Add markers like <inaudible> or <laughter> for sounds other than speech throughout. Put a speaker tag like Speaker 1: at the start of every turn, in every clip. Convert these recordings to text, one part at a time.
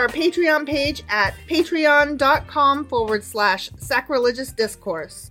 Speaker 1: our Patreon page at patreon.com forward slash sacrilegious discourse.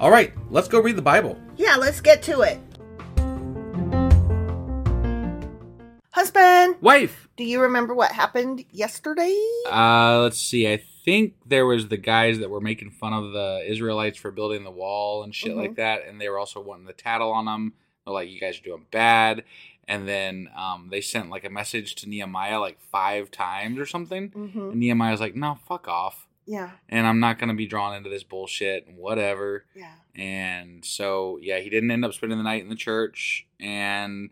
Speaker 2: All right, let's go read the Bible.
Speaker 1: Yeah, let's get to it. Husband,
Speaker 2: Wife!
Speaker 1: do you remember what happened yesterday?
Speaker 2: Uh, let's see. I think there was the guys that were making fun of the Israelites for building the wall and shit like that, and they were also wanting the tattle on them. They're like, "You guys are doing bad." And then um, they sent like a message to Nehemiah like five times or something,
Speaker 1: Mm-hmm.
Speaker 2: and Nehemiah's like, "No, fuck off."
Speaker 1: Yeah,
Speaker 2: And I'm not gonna be drawn into this bullshit and whatever.
Speaker 1: yeah.
Speaker 2: And so yeah, he didn't end up spending the night in the church, and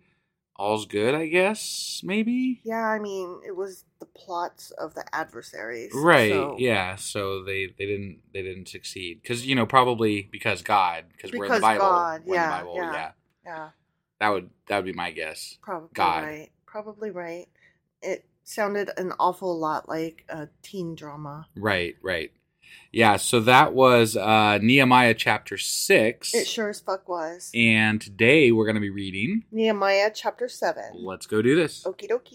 Speaker 2: all's good, I guess. Maybe.
Speaker 1: Yeah, I mean, it was the plots of the adversaries.
Speaker 2: right
Speaker 1: so-
Speaker 2: yeah so they they didn't they didn't succeed because you know probably because god because we're in the
Speaker 1: Because
Speaker 2: bible
Speaker 1: God,
Speaker 2: we're in
Speaker 1: yeah,
Speaker 2: the bible
Speaker 1: yeah.
Speaker 2: yeah.
Speaker 1: Yeah,
Speaker 2: that would that would be my guess
Speaker 1: probably
Speaker 2: God.
Speaker 1: right. Probably right. It sounded an awful lot like a teen drama.
Speaker 2: right right yeah so that was uh nehemiah chapter 6
Speaker 1: It sure as fuck was.
Speaker 2: and today we're going to be reading
Speaker 1: Nehemiah chapter 7.
Speaker 2: let's go do this
Speaker 1: Okie dokie.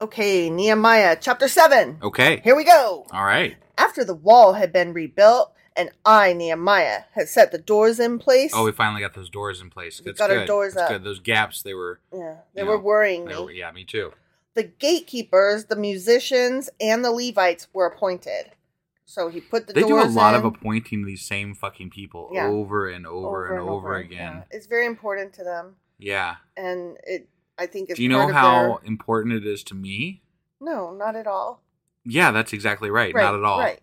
Speaker 1: Okay, Nehemiah chapter 7.
Speaker 2: Okay.
Speaker 1: Here we go.
Speaker 2: All right.
Speaker 1: After the wall had been rebuilt, and I, Nehemiah, had set the doors in place.
Speaker 2: Oh, we finally got those doors in place. That's
Speaker 1: got our
Speaker 2: good.
Speaker 1: doors
Speaker 2: That's
Speaker 1: up.
Speaker 2: good. Those gaps, they were.
Speaker 1: yeah, they
Speaker 2: you
Speaker 1: were
Speaker 2: know,
Speaker 1: worrying
Speaker 2: they
Speaker 1: me.
Speaker 2: were- yeah, me too.
Speaker 1: The gatekeepers, the musicians, and the Levites were appointed. So he put the
Speaker 2: They do
Speaker 1: doors
Speaker 2: a lot
Speaker 1: in,
Speaker 2: of appointing these same fucking people
Speaker 1: Yeah.
Speaker 2: over and over, and, over, again.
Speaker 1: Yeah. It's very important to them,
Speaker 2: Yeah.
Speaker 1: and it I think it's
Speaker 2: Do you know
Speaker 1: part of
Speaker 2: how
Speaker 1: their-
Speaker 2: important it is to me?
Speaker 1: No, not at all.
Speaker 2: Yeah, that's exactly right.
Speaker 1: Right,
Speaker 2: Not at all.
Speaker 1: right.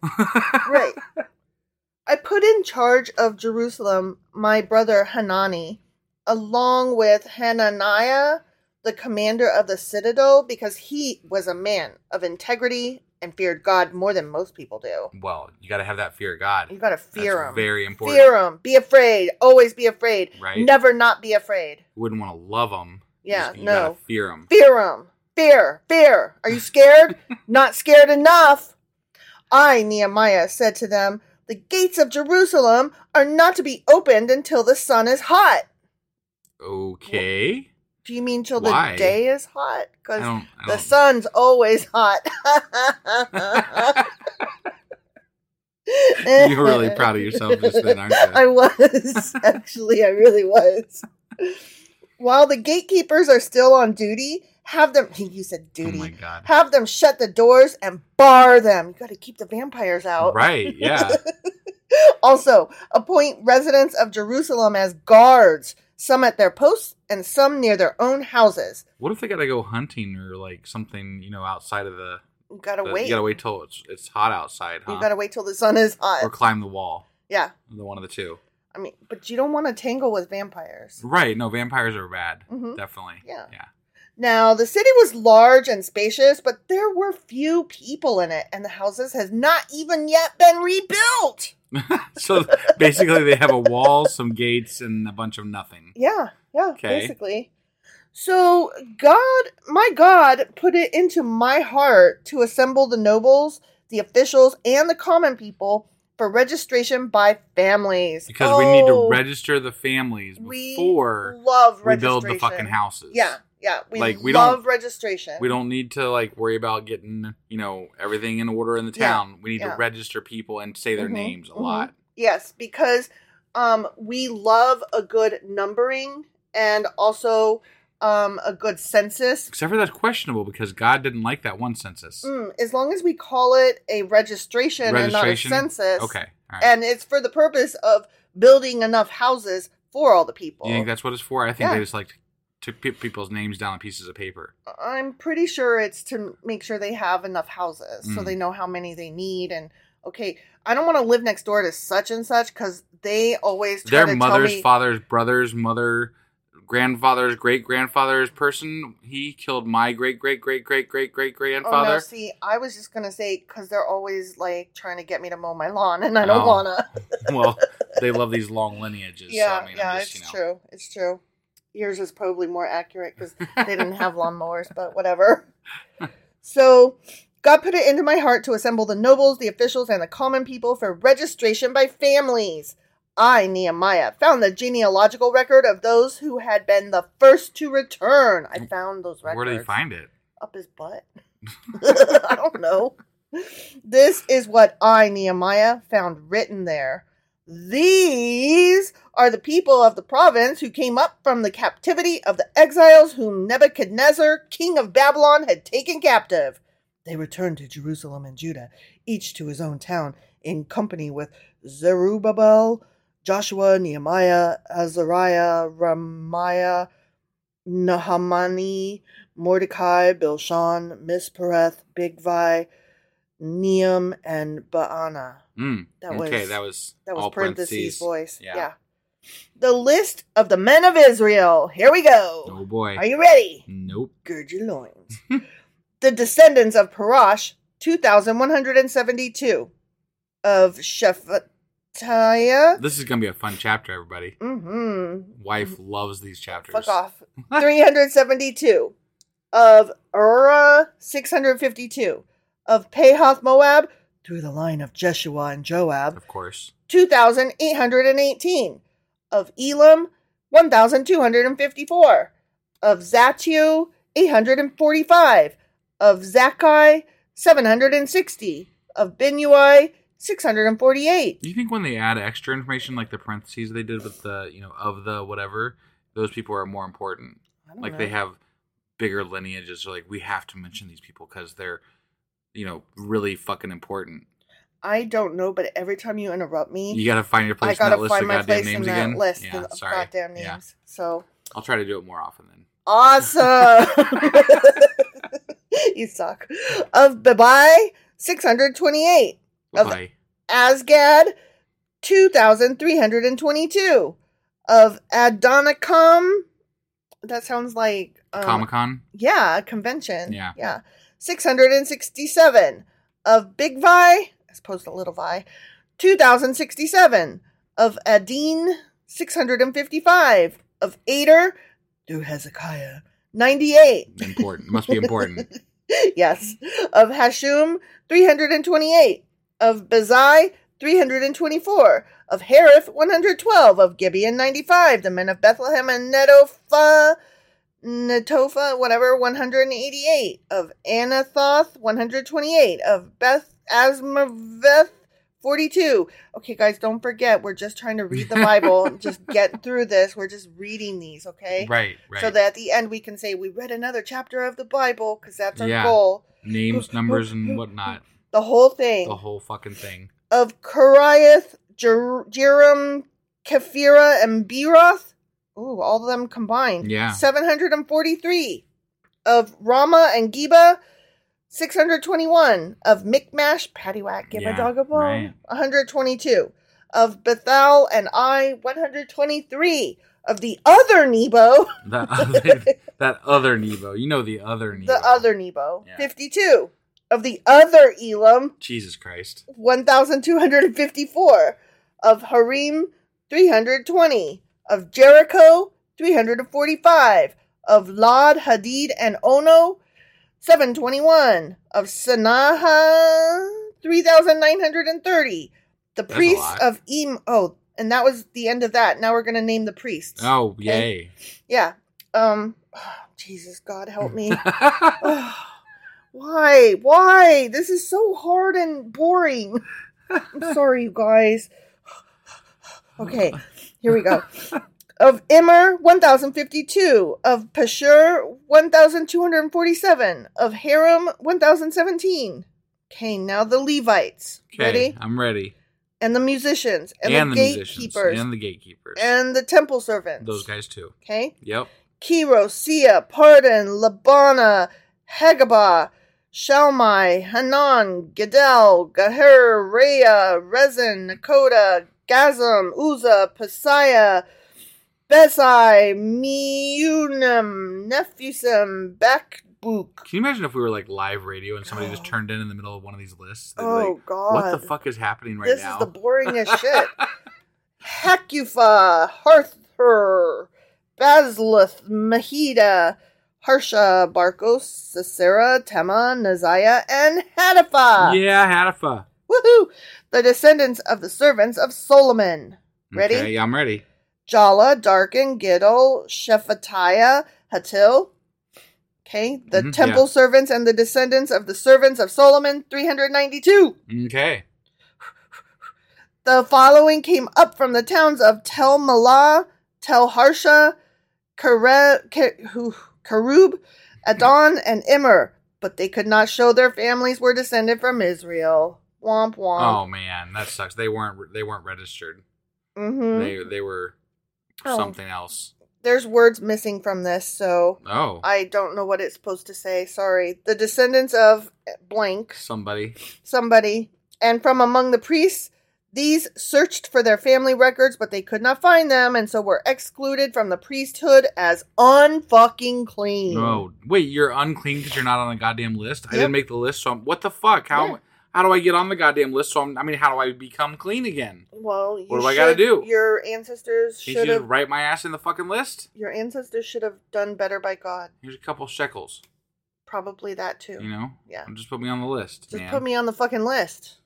Speaker 1: Right. I put in charge of Jerusalem my brother Hanani, along with Hananiah, the commander of the citadel, because he was a man of integrity and feared God more than most people do.
Speaker 2: <laughs> well, you got to have that fear of God.
Speaker 1: You gotta fear
Speaker 2: That's
Speaker 1: him.
Speaker 2: Very important.
Speaker 1: Fear him. Be afraid. Always be afraid.
Speaker 2: Right.
Speaker 1: Never not be afraid.
Speaker 2: You wouldn't want to love them.
Speaker 1: Yeah,
Speaker 2: you
Speaker 1: no.
Speaker 2: gotta fear them.
Speaker 1: Fear him. Fear. Fear. Are you scared? Not scared enough. I, Nehemiah, said to them, The gates of Jerusalem are not to be opened until the sun is hot.
Speaker 2: <laughs>
Speaker 1: <laughs>
Speaker 2: Okay.
Speaker 1: Do you mean till
Speaker 2: Why?
Speaker 1: the day is
Speaker 2: I
Speaker 1: hot? Because
Speaker 2: don't. I
Speaker 1: the
Speaker 2: don't
Speaker 1: sun's always
Speaker 2: <laughs>
Speaker 1: hot.
Speaker 2: You're really
Speaker 1: <laughs>
Speaker 2: proud of yourself just then, aren't you?
Speaker 1: I was <laughs> actually, I really was. While the gatekeepers are still on duty, have them. <laughs> You said duty.
Speaker 2: Oh my God.
Speaker 1: Have them shut the doors and bar them. You got to keep the vampires out.
Speaker 2: Right. Yeah.
Speaker 1: <laughs> Also, appoint residents of Jerusalem as guards, some at their posts and some near their own houses.
Speaker 2: what if they got to go hunting or like something, you know, outside of the.
Speaker 1: You gotta
Speaker 2: the-
Speaker 1: wait.
Speaker 2: Uh, You got to wait till it's, it's hot outside, huh?
Speaker 1: You gotta wait till the sun is hot.
Speaker 2: Or climb the wall.
Speaker 1: yeah.
Speaker 2: The one of the two.
Speaker 1: I mean, but you don't want to tangle with vampires.
Speaker 2: Right. No, vampires are bad.
Speaker 1: Mhm.
Speaker 2: Definitely.
Speaker 1: Yeah.
Speaker 2: Yeah.
Speaker 1: Now, the city was large and spacious, but there were few people in it, and the houses has not even yet been rebuilt.
Speaker 2: So <laughs> basically, they have a wall, some gates, and a bunch of nothing.
Speaker 1: Yeah, yeah,
Speaker 2: Okay.
Speaker 1: basically. So, God, my God, put it into my heart to assemble the nobles, the officials, and the common people for registration by families.
Speaker 2: Because we need to
Speaker 1: Oh,
Speaker 2: register the families
Speaker 1: we
Speaker 2: before
Speaker 1: love
Speaker 2: we build the
Speaker 1: registration.
Speaker 2: fucking houses.
Speaker 1: Yeah, yeah. We
Speaker 2: Like, we
Speaker 1: love
Speaker 2: don't-
Speaker 1: registration.
Speaker 2: We don't need to like worry about getting, you know, everything in order in the
Speaker 1: Yeah,
Speaker 2: town. We need
Speaker 1: yeah.
Speaker 2: to register people and say their
Speaker 1: Mhm,
Speaker 2: names a
Speaker 1: mhm.
Speaker 2: lot.
Speaker 1: Yes, because um, we love a good numbering and also um, a good census.
Speaker 2: Except for that's questionable because God didn't like that one census.
Speaker 1: Mm, as long as we call it a registration,
Speaker 2: Registration.
Speaker 1: and not a census.
Speaker 2: Okay. All right.
Speaker 1: And it's for the purpose of building enough houses for all the people.
Speaker 2: you think that's what it's for? I think
Speaker 1: Yeah.
Speaker 2: they just like to- to put people's names down on pieces of paper.
Speaker 1: I'm pretty sure it's to make sure they have enough houses so
Speaker 2: Mm.
Speaker 1: they know how many they need and okay, I don't want to live next door to such and such cuz they always try
Speaker 2: Their
Speaker 1: to
Speaker 2: mother's,
Speaker 1: tell me
Speaker 2: father's, brother's, mother, grandfather's, great grandfather's person. He killed my great great great great great great grandfather.
Speaker 1: Oh no! See, I was just gonna say because they're always like trying to get me to mow my lawn, and I don't
Speaker 2: Oh. <laughs>
Speaker 1: wanna.
Speaker 2: <laughs>
Speaker 1: <laughs>
Speaker 2: well, they love these long lineages. so,
Speaker 1: yeah,
Speaker 2: I mean,
Speaker 1: yeah,
Speaker 2: I'm just,
Speaker 1: it's
Speaker 2: you know,
Speaker 1: true. It's true. Yours is probably more accurate because they didn't
Speaker 2: <laughs>
Speaker 1: have lawnmowers, but whatever. so, God put it into my heart to assemble the nobles, the officials, and the common people for registration by families. I, Nehemiah, found the genealogical record of those who had been the first to return. I found those records
Speaker 2: Where do they find it?
Speaker 1: up his butt. <laughs> I don't know. This is what I, Nehemiah, found written there. These are the people of the province who came up from the captivity of the exiles whom Nebuchadnezzar, king of Babylon, had taken captive. They returned to Jerusalem and Judah, each to his own town, in company with Zerubbabel, Joshua, Nehemiah, Azariah, Ramiah, Nahamani, Mordecai, Bilshan, Mispereth, Bigvi, Neum, and Baana.
Speaker 2: Mm.
Speaker 1: That
Speaker 2: okay,
Speaker 1: was-
Speaker 2: that was
Speaker 1: That was
Speaker 2: all
Speaker 1: parentheses voice.
Speaker 2: Yeah.
Speaker 1: The list of the men of Israel. Here we
Speaker 2: Oh
Speaker 1: go.
Speaker 2: boy.
Speaker 1: Are you ready?
Speaker 2: Nope.
Speaker 1: Gird your
Speaker 2: <laughs>
Speaker 1: loins. the descendants of Parash, 2,172. Of Shephatiah.
Speaker 2: This is gonna be a fun chapter, everybody.
Speaker 1: Mm-hmm.
Speaker 2: Wife loves these chapters.
Speaker 1: Fuck off. 372. Of Ura, 652. Of Pahath Moab, through the line of Jeshua and Joab,
Speaker 2: Of course.
Speaker 1: 2,818. Of Elam, 1,254. Of Zatu, 845. Of Zakai, 760. Of Binui, 648.
Speaker 2: Do you think when they add extra information, like the parentheses they did with the, you know, of the whatever, those people are more important?
Speaker 1: I don't
Speaker 2: Like
Speaker 1: know.
Speaker 2: they have bigger lineages. So like we have to mention these people because they're, you know, really fucking important.
Speaker 1: I don't know, but every time you interrupt me,
Speaker 2: You gotta find your
Speaker 1: I
Speaker 2: place in
Speaker 1: gotta
Speaker 2: that list
Speaker 1: find
Speaker 2: of
Speaker 1: my
Speaker 2: goddamn
Speaker 1: place
Speaker 2: names
Speaker 1: in that
Speaker 2: again.
Speaker 1: list
Speaker 2: yeah,
Speaker 1: of
Speaker 2: sorry.
Speaker 1: goddamn names.
Speaker 2: Yeah.
Speaker 1: So
Speaker 2: I'll try to do it more often then.
Speaker 1: awesome. <laughs> you suck. Of Babai, six hundred twenty-eight. Of-
Speaker 2: Bye.
Speaker 1: Asgad, two thousand three hundred and twenty-two. Of Adonicum, that sounds like um,
Speaker 2: Comic Con.
Speaker 1: Yeah, a convention.
Speaker 2: Yeah.
Speaker 1: Yeah. 667 of Big Vi, as opposed to Little Vi, 2067 of Adin, 655 of Ader, through Hezekiah, 98.
Speaker 2: Important. Must be important.
Speaker 1: yes. Of Hashum, 328. Of Bazai, 324. Of Harith, 112. Of Gibeon, 95. The men of Bethlehem and Netopha, Netopha, whatever, 188. Of Anathoth, 128. Of Beth Asmaveth, 42. Okay, guys, don't forget, we're just trying to read the Bible. just get through this. We're just reading these, <laughs> okay?
Speaker 2: right, right.
Speaker 1: So that at the end we can say we read another chapter of the Bible because that's our
Speaker 2: Yeah.
Speaker 1: goal.
Speaker 2: Names,
Speaker 1: <laughs>
Speaker 2: numbers, and whatnot.
Speaker 1: The whole thing
Speaker 2: The whole fucking thing.
Speaker 1: of Kariath, Jer- Jerim, Kephira, and Beeroth. Ooh, all of them combined.
Speaker 2: Yeah.
Speaker 1: 743. Of Rama and Geba, 621. Of Micmash, Paddywhack, give
Speaker 2: Yeah,
Speaker 1: a dog a bone,
Speaker 2: right.
Speaker 1: 122. Of Bethel and I, 123. Of the other Nebo, <laughs>
Speaker 2: That other, that other Nebo. You know the other Nebo.
Speaker 1: the other Nebo,
Speaker 2: Yeah.
Speaker 1: 52. Of the other Elam,
Speaker 2: Jesus Christ.
Speaker 1: 1,254. Of Harim, 320. Of Jericho, 345. Of Lod, Hadid, and Ono, 721. Of Sanaha, 3,930. The
Speaker 2: That's a
Speaker 1: priests
Speaker 2: lot.
Speaker 1: of Em. Oh, and that was the end of that. Now we're going to name the priests.
Speaker 2: Oh, yay.
Speaker 1: Yeah. Um. <sighs> Jesus, God help
Speaker 2: <laughs>
Speaker 1: me. <sighs> Why? Why? This is so hard and boring.
Speaker 2: <laughs>
Speaker 1: I'm sorry, you guys. <sighs> Okay, here we go. Of Immer, 1052. Of Pashur, 1247. Of Haram, 1017. Okay, now the Levites.
Speaker 2: Okay,
Speaker 1: Ready?
Speaker 2: I'm ready.
Speaker 1: And the musicians. And, the, gatekeepers.
Speaker 2: musicians. And the gatekeepers.
Speaker 1: and the temple servants.
Speaker 2: Those guys too.
Speaker 1: Okay.
Speaker 2: Yep.
Speaker 1: Kiro, Sia, Pardon, Labana, Hagabah, Shalmai, Hanan, Gedel, Gaher, Rhea, Rezin, Nakoda, Gazam, Uza, Pasaya, Besai, Miunim, Nephusim, Bakbuk.
Speaker 2: Can you imagine if we were like live radio and somebody
Speaker 1: <gasps>
Speaker 2: just turned in in the middle of one of these lists? They'd be
Speaker 1: Oh,
Speaker 2: like, What the
Speaker 1: God.
Speaker 2: fuck is happening right
Speaker 1: this
Speaker 2: now?
Speaker 1: is the boringest
Speaker 2: <laughs>
Speaker 1: shit. uh, Hecufa, Harthur, Basleth, Mahida, Harsha, Barkos, Sisera, Tema, Naziah, and Hadapha.
Speaker 2: yeah, Hadafa.
Speaker 1: Woohoo! The descendants of the servants of Solomon. Ready?
Speaker 2: Okay, yeah, I'm ready.
Speaker 1: Jala, Darkin, Giddel, Shephatiah, Hatil. Okay, the
Speaker 2: Mhm,
Speaker 1: temple
Speaker 2: yeah.
Speaker 1: servants and the descendants of the servants of Solomon, 392.
Speaker 2: Okay.
Speaker 1: The following came up from the towns of Tel Malah, Tel Harsha, Kare- Ke- who- Karub, Adon, and Immer, but they could not show their families were descended from Israel. Womp
Speaker 2: Oh
Speaker 1: womp.
Speaker 2: man, that sucks. They weren't they weren't registered.
Speaker 1: hmm
Speaker 2: They they were
Speaker 1: Oh.
Speaker 2: something else.
Speaker 1: There's words missing from this, so
Speaker 2: Oh.
Speaker 1: I don't know what it's supposed to say. Sorry. The descendants of blank
Speaker 2: somebody.
Speaker 1: somebody And from among the priests, these searched for their family records, but they could not find them, and so were excluded from the priesthood as unfucking clean.
Speaker 2: No, wait, you're unclean because you're not on the goddamn list. I
Speaker 1: Yep.
Speaker 2: didn't make the list, so I'm, what the fuck? How
Speaker 1: Yeah.
Speaker 2: how do I get on the goddamn list? So I'm, I mean, how do I become clean again?
Speaker 1: Well, you
Speaker 2: What do I gotta
Speaker 1: should-
Speaker 2: do?
Speaker 1: Your ancestors
Speaker 2: Can
Speaker 1: should
Speaker 2: you just
Speaker 1: have.
Speaker 2: write my ass in the fucking list?
Speaker 1: Your ancestors should have done better by God.
Speaker 2: Here's a couple shekels.
Speaker 1: Probably that too.
Speaker 2: You know,
Speaker 1: Yeah.
Speaker 2: just put me on the list.
Speaker 1: Just
Speaker 2: man.
Speaker 1: put me on the fucking list.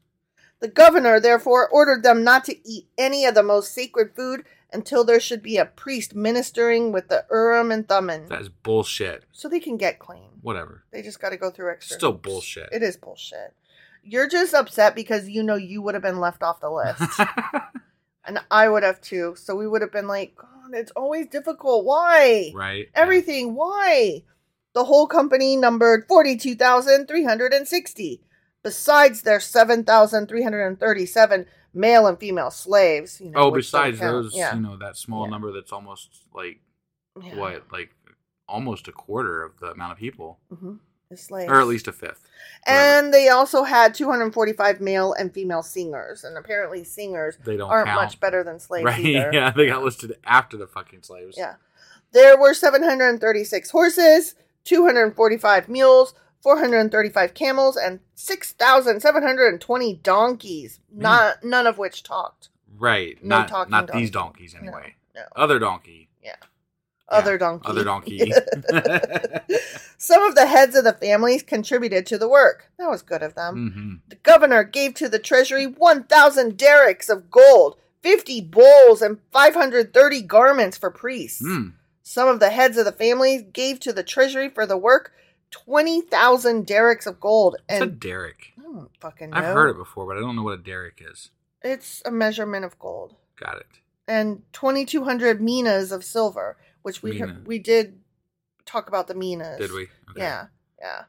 Speaker 1: The governor, therefore, ordered them not to eat any of the most sacred food until there should be a priest ministering with the Urim and Thummim.
Speaker 2: That is bullshit.
Speaker 1: so they can get clean.
Speaker 2: Whatever. <laughs>
Speaker 1: They just got to go through extra.
Speaker 2: Still
Speaker 1: hoops.
Speaker 2: bullshit.
Speaker 1: It is bullshit. You're just upset because you know you would have been left off
Speaker 2: <laughs>
Speaker 1: the list. and I would have too. So we would have been like, God, it's always difficult. Why?
Speaker 2: right.
Speaker 1: Everything. Why? The whole company numbered 42,360, besides their 7,337 male and female slaves. You know,
Speaker 2: Oh,
Speaker 1: which don't
Speaker 2: besides
Speaker 1: count.
Speaker 2: those,
Speaker 1: Yeah.
Speaker 2: you know, that small
Speaker 1: Yeah.
Speaker 2: number that's almost like
Speaker 1: Yeah.
Speaker 2: what, like almost a quarter of the amount of people,
Speaker 1: Mhm. The slaves.
Speaker 2: or at least a fifth. Whatever.
Speaker 1: And they also had 245 male and female singers, and apparently singers
Speaker 2: They don't
Speaker 1: aren't
Speaker 2: count.
Speaker 1: much better than slaves
Speaker 2: right? <laughs>
Speaker 1: either.
Speaker 2: Yeah, they got listed after the fucking slaves.
Speaker 1: Yeah. There were 736 horses, 245 mules, 435 camels, and 6,720 donkeys, not, none of which talked.
Speaker 2: Right.
Speaker 1: No
Speaker 2: not
Speaker 1: talking
Speaker 2: not these
Speaker 1: donkeys.
Speaker 2: donkeys anyway.
Speaker 1: No, no.
Speaker 2: Other donkey.
Speaker 1: Yeah.
Speaker 2: Yeah,
Speaker 1: Other donkey.
Speaker 2: Other
Speaker 1: <laughs>
Speaker 2: donkey.
Speaker 1: Some of the heads of the families contributed to the work. That was good of them.
Speaker 2: hmm
Speaker 1: The governor gave to the treasury 1,000 derricks of gold, 50 bowls, and 530 garments for priests.
Speaker 2: Mm.
Speaker 1: Some of the heads of the families gave to the treasury for the work 20,000 derricks of gold.
Speaker 2: It's a
Speaker 1: And
Speaker 2: derrick.
Speaker 1: I don't fucking know.
Speaker 2: I've heard it before, but I don't know what a derrick is.
Speaker 1: It's a measurement of gold
Speaker 2: Got it.
Speaker 1: and 2,200 minas of silver, which we
Speaker 2: Mina.
Speaker 1: we did talk about the minas.
Speaker 2: Did we? Okay.
Speaker 1: Yeah, yeah.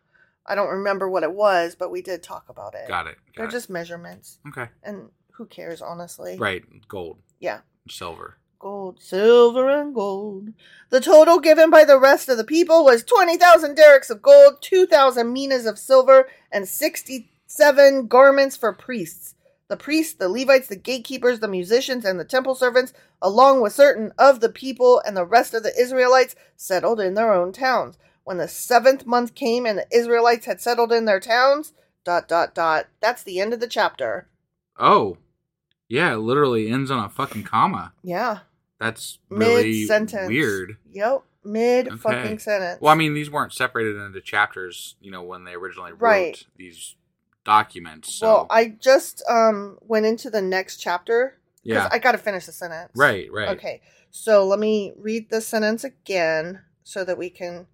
Speaker 1: I don't remember what it was, but we did talk about it.
Speaker 2: Got it. Got
Speaker 1: They're
Speaker 2: it.
Speaker 1: just measurements.
Speaker 2: okay.
Speaker 1: And who cares, honestly?
Speaker 2: Right. Gold,
Speaker 1: Yeah.
Speaker 2: silver.
Speaker 1: Gold, silver, and gold. The total given by the rest of the people was 20,000 derricks of gold, 2,000 minas of silver, and 67 garments for priests. The priests, the Levites, the gatekeepers, the musicians, and the temple servants, along with certain of the people and the rest of the Israelites, settled in their own towns. When the seventh month came and the Israelites had settled in their towns, dot, dot, dot. That's the end of the chapter.
Speaker 2: Oh. Yeah, it literally ends on a fucking comma.
Speaker 1: Yeah.
Speaker 2: That's really
Speaker 1: Mid sentence.
Speaker 2: weird.
Speaker 1: Yep. Mid
Speaker 2: Okay.
Speaker 1: fucking sentence.
Speaker 2: Well, I mean, these weren't separated into chapters, you know, when they originally wrote
Speaker 1: Right.
Speaker 2: these documents. So
Speaker 1: Well, I just um went into the next chapter because
Speaker 2: yeah,
Speaker 1: I got to finish the sentence.
Speaker 2: right, right.
Speaker 1: Okay. So let me read the sentence again so that we can.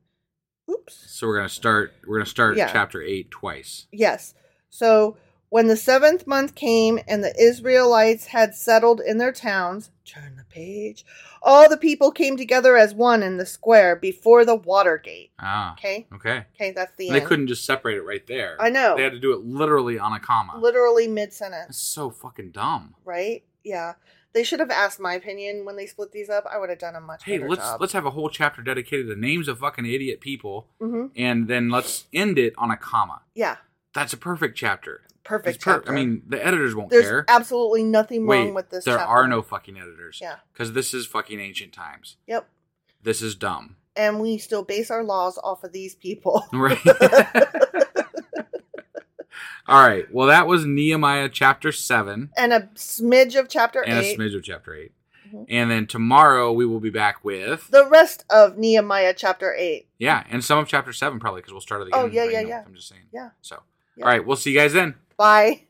Speaker 1: Oops.
Speaker 2: So we're gonna start. We're gonna start
Speaker 1: Yeah.
Speaker 2: chapter eight twice.
Speaker 1: Yes. So when the seventh month came and the Israelites had settled in their towns, turn the page. All the people came together as one in the square before the water gate.
Speaker 2: Ah,
Speaker 1: Okay.
Speaker 2: okay.
Speaker 1: Okay, that's the
Speaker 2: And they
Speaker 1: end.
Speaker 2: couldn't just separate it right there.
Speaker 1: I know.
Speaker 2: They had to do it literally on a comma.
Speaker 1: Literally mid sentence.
Speaker 2: That's so fucking dumb.
Speaker 1: right? Yeah. They should have asked my opinion when they split these up. I would have done a much
Speaker 2: Hey,
Speaker 1: better
Speaker 2: let's
Speaker 1: job.
Speaker 2: let's have a whole chapter dedicated to names of fucking idiot people,
Speaker 1: Mhm.
Speaker 2: and then let's end it on a comma.
Speaker 1: Yeah,
Speaker 2: That's a perfect chapter.
Speaker 1: perfect.
Speaker 2: It's per-
Speaker 1: chapter.
Speaker 2: I mean, the editors won't
Speaker 1: there's
Speaker 2: care.
Speaker 1: absolutely nothing
Speaker 2: Wait,
Speaker 1: wrong with this.
Speaker 2: there
Speaker 1: chapter.
Speaker 2: are no fucking editors.
Speaker 1: Yeah.
Speaker 2: Because this is fucking ancient times.
Speaker 1: Yep.
Speaker 2: This is dumb.
Speaker 1: And we still base our laws off of these people.
Speaker 2: Right. <laughs> All right. Well, that was Nehemiah chapter 7
Speaker 1: <laughs> and a smidge of chapter
Speaker 2: and
Speaker 1: eight. Mm-hmm.
Speaker 2: a smidge of chapter 8. And then tomorrow we will be back with.
Speaker 1: The rest of Nehemiah chapter eight.
Speaker 2: yeah. And some of chapter 7 probably because we'll start at the
Speaker 1: Oh,
Speaker 2: end.
Speaker 1: yeah,
Speaker 2: but you
Speaker 1: yeah,
Speaker 2: know,
Speaker 1: yeah.
Speaker 2: I'm just saying.
Speaker 1: Yeah.
Speaker 2: So,
Speaker 1: Yeah.
Speaker 2: all right. We'll see you guys then.
Speaker 1: Bye.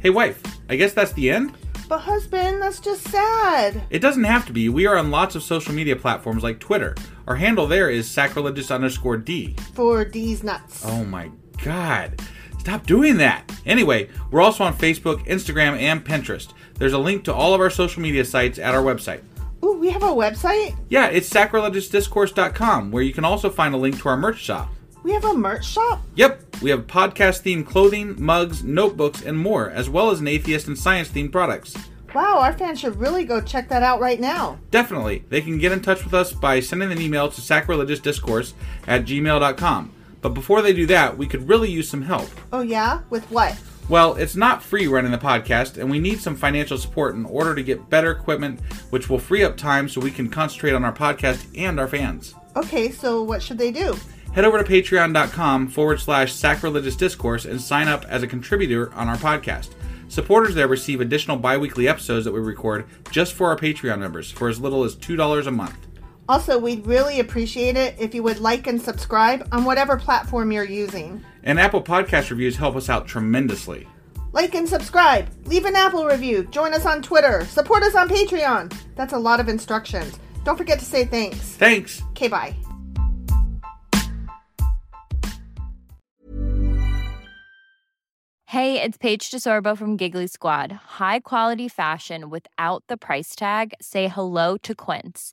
Speaker 2: Hey, wife. I guess that's the end?
Speaker 1: But husband, that's just sad.
Speaker 2: It doesn't have to be. We are on lots of social media platforms like Twitter. Our handle there is sacrilegious underscore D.
Speaker 1: For these nuts.
Speaker 2: Oh my God. Stop doing that. Anyway, we're also on Facebook, Instagram, and Pinterest. There's a link to all of our social media sites at our website.
Speaker 1: Ooh, we have a website.
Speaker 2: Yeah, it's sacrilegiousdiscourse.com, where you can also find a link to our merch shop.
Speaker 1: We have a merch shop.
Speaker 2: Yep, we have podcast themed clothing, mugs, notebooks, and more, as well as an atheist and science themed products.
Speaker 1: Wow, our fans should really go check that out right now.
Speaker 2: Definitely. They can get in touch with us by sending an email to sacrilegiousdiscourse at gmail.com. But before they do that, we could really use some help.
Speaker 1: Oh, yeah? With what?
Speaker 2: Well, it's not free running the podcast, and we need some financial support in order to get better equipment, which will free up time so we can concentrate on our podcast and our fans.
Speaker 1: Okay, so what should they do?
Speaker 2: Head over to patreon.com forward slash sacrilegious discourse and sign up as a contributor on our podcast. Supporters there receive additional bi weekly episodes that we record just for our Patreon members for as little as $2 a month.
Speaker 1: Also, we'd really appreciate it if you would like and subscribe on whatever platform you're using.
Speaker 2: And Apple Podcast reviews help us out tremendously.
Speaker 1: Like and subscribe, leave an Apple review, join us on Twitter, support us on Patreon. That's a lot of instructions. Don't forget to say thanks.
Speaker 2: Thanks!
Speaker 1: Okay, bye.
Speaker 3: Hey, it's Paige DeSorbo from Giggly Squad. High quality fashion without the price tag. Say hello to Quince.